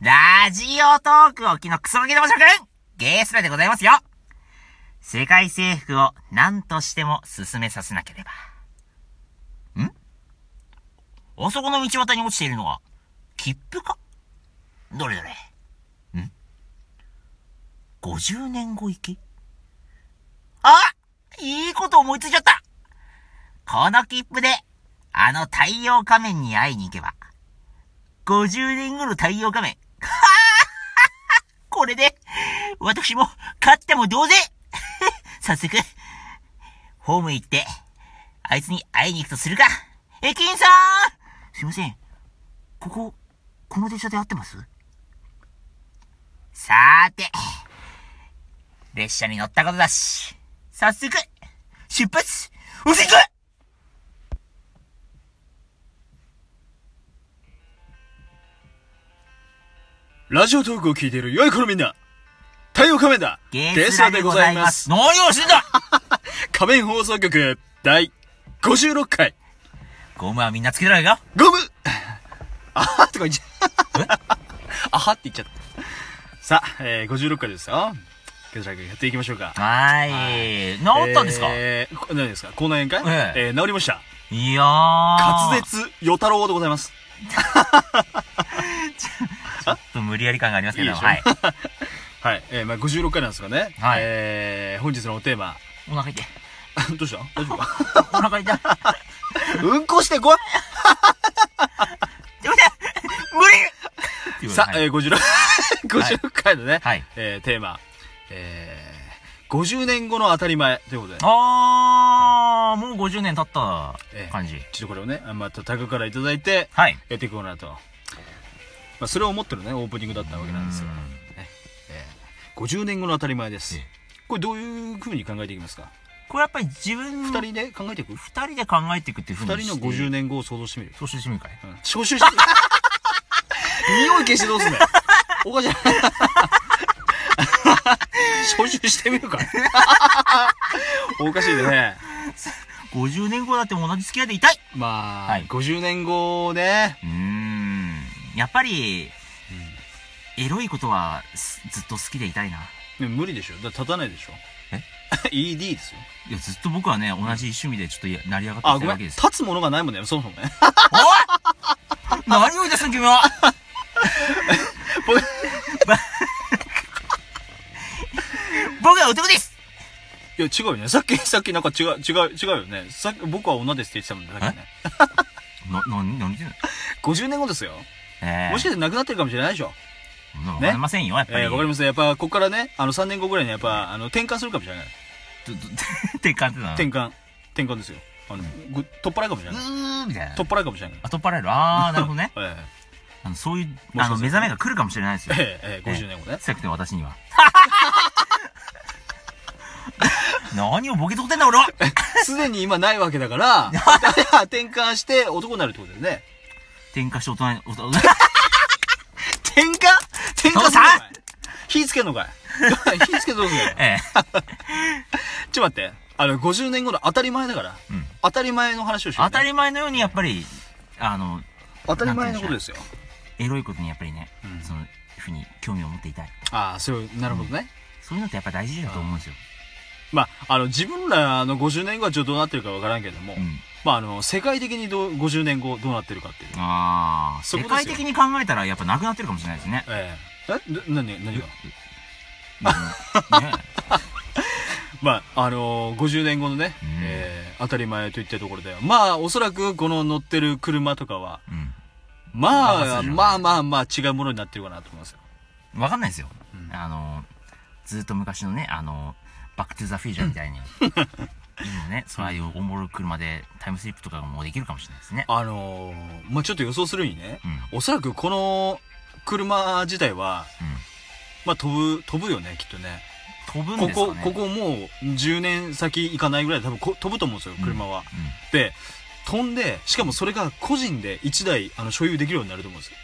ラジオトークを機のクソガキども諸君ゲースラでございますよ世界征服を何としても進めさせなければ。んあそこの道端に落ちているのは、切符かどれどれん ?50 年後行きあいいこと思いついちゃったこの切符で、あの太陽仮面に会いに行けば、50年後の太陽仮面。これで、私も、勝っても同然 早速、ホームへ行って、あいつに会いに行くとするか。駅員さんすいません。ここ、この電車で合ってますさーて、列車に乗ったことだし、早速、出発おし行くラジオトークを聞いている良い子のみんな太陽仮面だゲスラでございます。何をしてんだ仮面放送局第56回。 ゴムはみんなつけられるよ。ゴム あはとか言っちゃった。 あはって言っちゃった。さあ、えー、56回ですよ。ゲスラ君やっていきましょうか。はい。治ったんですかえー、何ですか口内炎か、えー、えー、治りました。いやー。滑舌与太郎でございます。ちょっと無理やり感がありますけど、いいはい。はい。えー、まあ56回なんですかね。はい。えー、本日のテーマ。 お腹痛い。どうした大丈夫 かお腹痛い。うんこしてこい無理さあ、えー、56、56回 のね、はい、えー、テーマ。えー、50年後の当たり前ということで。あー、もう50年経った感じ。ええ、ちょっとこれをね、またタグからいただいて、はい。やっていこうかなと。まあ、それを思ってるね、オープニングだったわけなんですよ。ねえー、50年後の当たり前です。え、これどういうふうに考えていきますかこれやっぱり自分二人で考えていく二人で考えていくっていうふうに二人の50年後を想像してみる。。想像してみるかいうん消臭して みる。匂い消してどうすんだよ。おかしい。招集してみ るかおかしいね。 50年後だって同じ付き合いでいたいまあ、はい、50年後ね。うん。やっぱり、うん、エロいことはずっと好きでいたいな。無理でしょ。だ立たないでしょ。 え ?ED ですよ。いや、ずっと僕はね、同じ趣味でちょっと成り上がってきてるわけです立つものがないもんね、そもそもね。おい何を言い出すの君は僕は男ですいや、違うよね。さっき、さっきなんか違う、違う、違うよね。さっき、僕は女ですって言ってたもんね、さっきね。な、な、何言ってんの ?50 年後ですよ。ええー、もしかして亡くなってるかもしれないでしょ。わかりませんよ、ね、やっぱり。えわ、ー、かりません。やっぱ、ここからね、あの、3年後ぐらいにやっぱ、あの、転換するかもしれない。転換 ってな転換。転換ですよ。あの、うん、取っ払いかもしれない。うーみたいな。取っ払いかもしれない。あ、取っ払える。 あー、なるほどね。えー、あの、そういう、あの、目覚めが来るかもしれないですよ。ええー、えー、50年後ね。少なくても私には。 何をボケとってんだ俺はすでに今 ないわけだから、転換して男になるってことだよね。転換して大人に、大人転換転換さん火つけんのかい 火つけどうすんだよ。ええ。ちょっと待って。あの、50年後の当たり前だから。うん、 当たり前の話をしよう、ね、当たり前のようにやっぱり、あの、当たり前のことですよ。エロいことにやっぱりね、うん、その、ふうに興味を持っていたい。ああ、そう、なるほどね、うん。そういうのってやっぱ大事だと思うんですよ。まあ、あの、自分らの50年後はちょっとどうなってるかわからんけども、うん、まあ、あの、世界的にどう50年後どうなってるかっていう。ああ、世界的に考えたらやっぱなくなってるかもしれないですね。ええー。え、な、何、何が、うん、ねまあ、あのー、50年後のね、うん、えー、当たり前といったところで、まあ、おそらくこの乗ってる車とかは、うん、まあ、まあまあまあ違うものになってるかなと思いますよ。わかんないですよ。あのー、ずっと昔のね、あのバックトゥザフュージョンみたい に。今ね、そういうおもろい車でタイムスリップとかもできるかもしれないですね。あのー、まあ、ちょっと予想するにね、うん、おそらくこの車自体は、うん、まあ、飛ぶ、飛ぶよね、きっとね。飛ぶんですか、ね、ここ、ここもう10年先行かないぐらいで多分こ飛ぶと思うんですよ、車は、うん、で、飛んで、しかもそれが個人で1台、あの、所有できるようになると思うんですよ。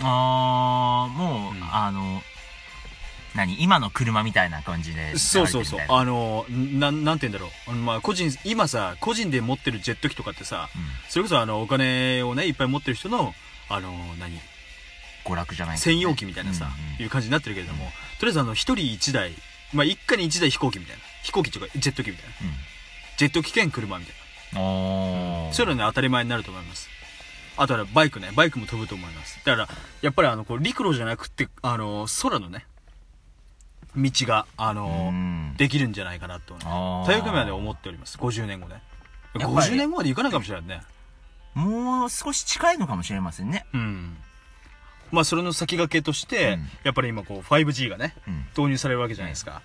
あー、もう、あの、何今の車みたいな感じで。そうそうそう。あの、なん、なんて言うんだろう。あのまあ、個人、今さ、個人で持ってるジェット機とかってさ、うん、それこそあの、お金をね、いっぱい持ってる人の、あの、何娯楽じゃないけどね専用機みたいなさ、うんうんいう感じになってるけれども、とりあえずあの、一人一台、まあ、一家に一台飛行機みたいな。飛行機というか、ジェット機みたいな。ジェット機兼車みたいうんおーな。そういうのね、当たり前になると思います。あとはバイクね、バイクも飛ぶと思います。だから、やっぱりあの、こう、陸路じゃなくて、あの、空のね、道が、あの、うんできるんじゃないかなと、ね、あーというふうにはね思っております。50年後ね。やっぱり50年後までいかないかもしれないね。もう少し近いのかもしれませんねうん。まあ、それの先駆けとして、うんやっぱり今こう、5G がね、うん導入されるわけじゃないですか。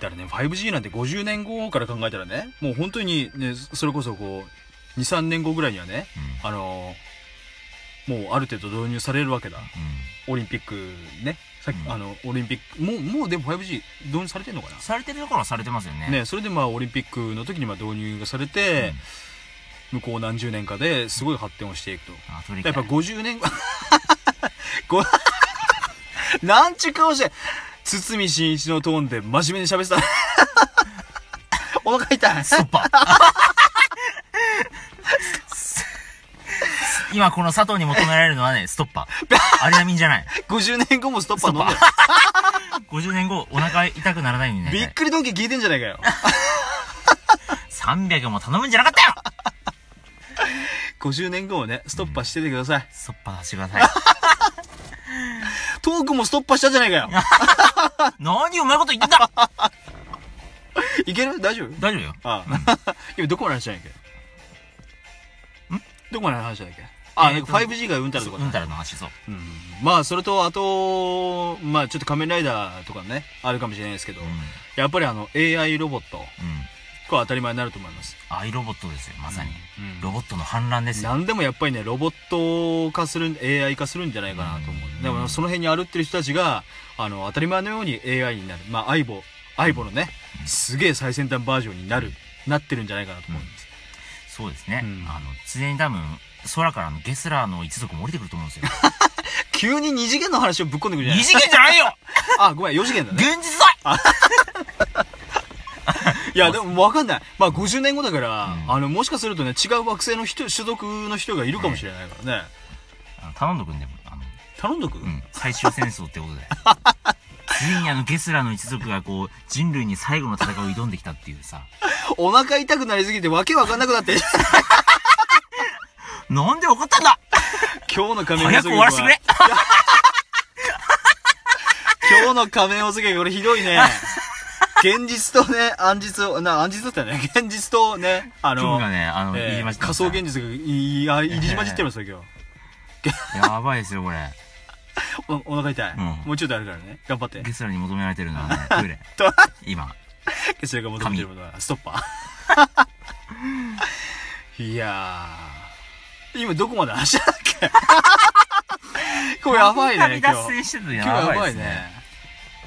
だからね、5G なんて50年後から考えたらね、もう本当にね、それこそこう、2、3年後ぐらいにはね、あのーもうある程度導入されるわけだ。うんオリンピックね、さっき、うんあの、オリンピック、もう、もうでも 5G 導入されてんのかなされてるところはされてますよねね、それでまあオリンピックの時にまあ導入がされて、向こう何十年かですごい発展をしていくと。あそれやっぱか50年 後ごなんちゅう顔して堤真一のトーンで真面目に喋ってた お腹痛いストッパ ー今この佐藤に求められるのはね、ストッ パー。アリナミンじゃない。 50年後もストッパー飲んでる50年後、お腹痛くならないようにね。びっくりドンキー聞いてんじゃない かよ300も頼むんじゃなかったよ50年後もねストッパーしててください、ストッパーしてくだ さい。トークもストッパーしたじゃないかよ何うまいこと言ってんだいける大丈夫大丈夫よ。ああ 今どこまで話したんやっけどこまで話したんやっけあ、えなーんとか 5G がうんたらとかうんたらの話、そう。うんまあそれとあとまあちょっと仮面ライダーとかねあるかもしれないですけど、うん。やっぱりあの AI ロボットこうん。れは当たり前になると思います、アイロボットですよ、まさに。うんロボットの反乱ですよ。何でもやっぱりねロボット化する AI 化するんじゃないかなと思う、うんでもその辺に歩ってる人たちがあの当たり前のように AI になるまあ i ボ i ボのねすげえ最先端バージョンになるなってるんじゃないかなと思います、そうですね。うんあの、常に多分、空からのゲスラーの一族も降りてくると思うんですよ。急に二次元の話をぶっ込んでくるじゃな二い次元じゃないよ あごめん4次元だね現実だいやでもわかんないまあ50年後だから、うんあのもしかするとね違う惑星の人種族の人がいるかもしれないからね、あの頼んどくんでも、あの、頼んどく、うん、最終戦争ってことで。ついにあのゲスラーの一族がこう、人類に最後の戦いを挑んできたっていうさ。お腹痛くなりすぎてわけわかんなくな ってなんで怒ったんだ今日の仮面早く終わらせてくれ今日の仮面をすげこれひどいね。現実とね、暗実を、な、暗実だったよね。現実とね、あ今の、日がね、あの、えー言いました。仮想現実がいいや入りじまじってますよ、やばいですよ、これ。今日。おお腹痛い、うんもうちょっとあるからね。頑張ってゲ。スラーに求められてるのはね、トイレ。と、今。それが求めてるものは、ストッパー。いやー。今どこまで話したっけこれやば いね、旅今脱日。線してて今日ややばばいいですねね。。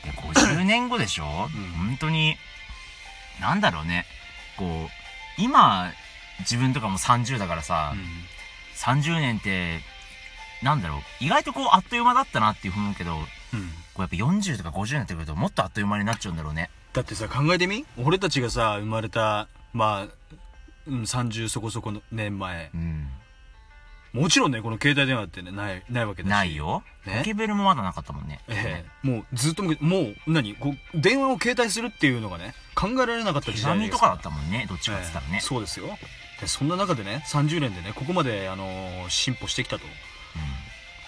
いや50年後でしょん本当に、なんだろうね。こう、今、自分とかも30だからさ、30年って、なんだろう、意外とこう、あっという間だったなっていうふうに思うけど、うんうんこうやっぱ40とか50になってくるともっとあっという間になっちゃうんだろうね。だってさ考えてみ俺たちがさ生まれたまあ、うん、30そこそこの年前うん。もちろんねこの携帯電話ってねないないわけだしないよ。ねポケベルもまだなかったもんね。ええもうずっと昔もう何こう電話を携帯するっていうのがね考えられなかった手時代紙ですとかだったもんね、どっちかっえつっえたらね。そうですよでそんな中でね30年でねここまで、あのー進歩してきたと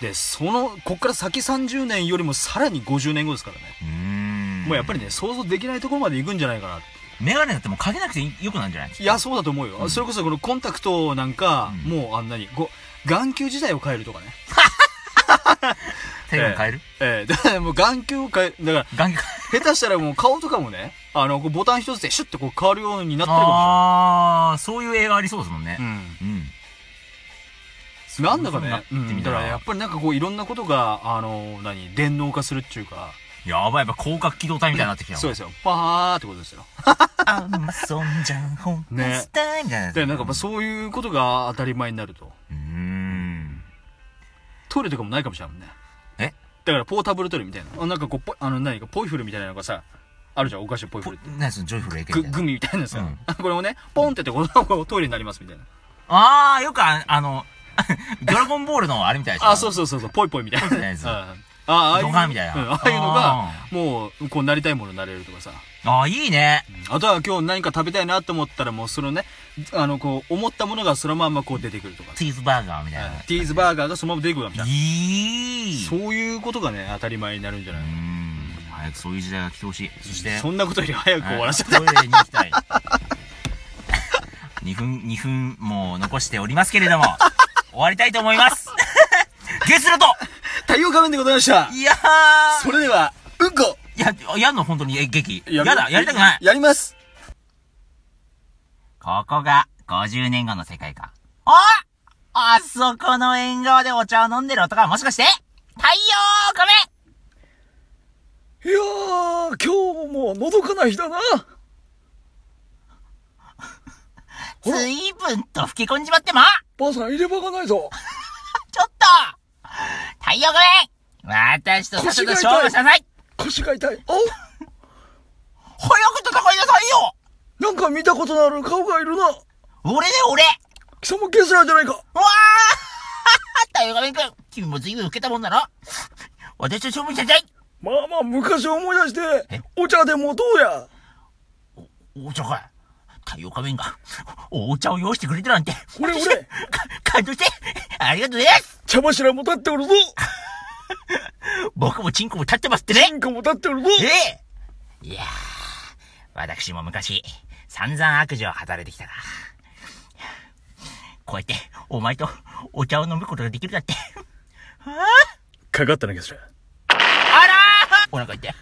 でそのこっから先30年よりもさらに50年後ですからねうん。うーんもうやっぱりね想像できないところまで行くんじゃないかなメガネだってもうかけなくていいよくなるんじゃないいや、そうだと思うよ。うんそれこそこのコンタクトなんか、うんもうあんなに、ご、眼球自体を変えるとかね。手紙変えるええ だからもう眼球を変え、だか眼鏡ら、下手したらもう顔とかもね、あの、こうボタン一つでシュッてこう変わるようになってるかもああ、そういう映画ありそうですもんねしれ。ない。うん。うん。なんだかそういうね、風になってみただらからやっぱりなんかこういろんなことが、あの、何、電脳化するっていうか、やばい、やっぱ広角機動隊みたいになってきたわそうですよ。パーってことですよ。アマゾンじゃん、本ねマスターみたいな。で、なんかまあそういうことが当たり前になると。うーん。トイレとかもないかもしれないもんね。えだからポータブルトイレみたいな。あなんかこう、ポイあの、何かポイフルみたいなのがさ、あるじゃん、お菓子のポイフぽルって。何そのジョイフル AK みグたいグな。ミみたいなさ、 うんこれをね、ポンってやってこのこうトイレになりますみたいな。ああ、よくああの、 ドラゴンボールのあれみたいでしょあ、そうそうそうそう、ぽいぽいみたいな。みたいなやつうんあああいうドカンみたいなうんああいうのが、もう、こうなりたいものになれるとかさ。ああ、いいね。うんあとは今日何か食べたいなと思ったら、もうそのね、あの、こう、思ったものがそのまんまこう出てくるとか。チーズバーガーみたいうんティーズバーガーがそのまま出てくるわけじな。ゃんいい。そういうことがね、当たり前になるんじゃなういん。早くそういう時代が来てほしい。そして、そんなことより早く終わらせたい。はいトイレに行きたい。2分、2分もう残しておりますけれども、終わりたいと思います。 ゲスルと太陽仮面でございました。いやーそれでは、うんこいや、やんの本当に、え、劇。めやだ、やりたくない。やりますここが50年後の世界か。おあそこの縁側でお茶を飲んでる男はもしかして、太陽仮面いやー、今日ものどかな日だな。ずいぶんと吹き込んじまっても、ばあさん入れ歯がないぞ。ちょっと太陽仮面私と佐藤と勝負しなさい腰が痛い。あ早く戦いなさいよなんか見たことのある顔がいるな。俺ね、俺貴様ゲスラーじゃないか。うわあ 太陽仮面くん君もずいぶん受けたもんだろ私と勝負しなさいまあまあ昔を思い出しえて、お茶でもどうや。お茶かい太陽仮面がおお茶を用意してくれたなんて。俺俺、か感動してありがとうございます茶柱も立っておるぞ。僕もチンコも立ってますってねチンコも立っておるぞ。ええいやー、私も昔、散々悪事を働いてきたが、こうやって、お前とお茶を飲むことができるだって。かかったなゲスラー。あらーお腹痛い。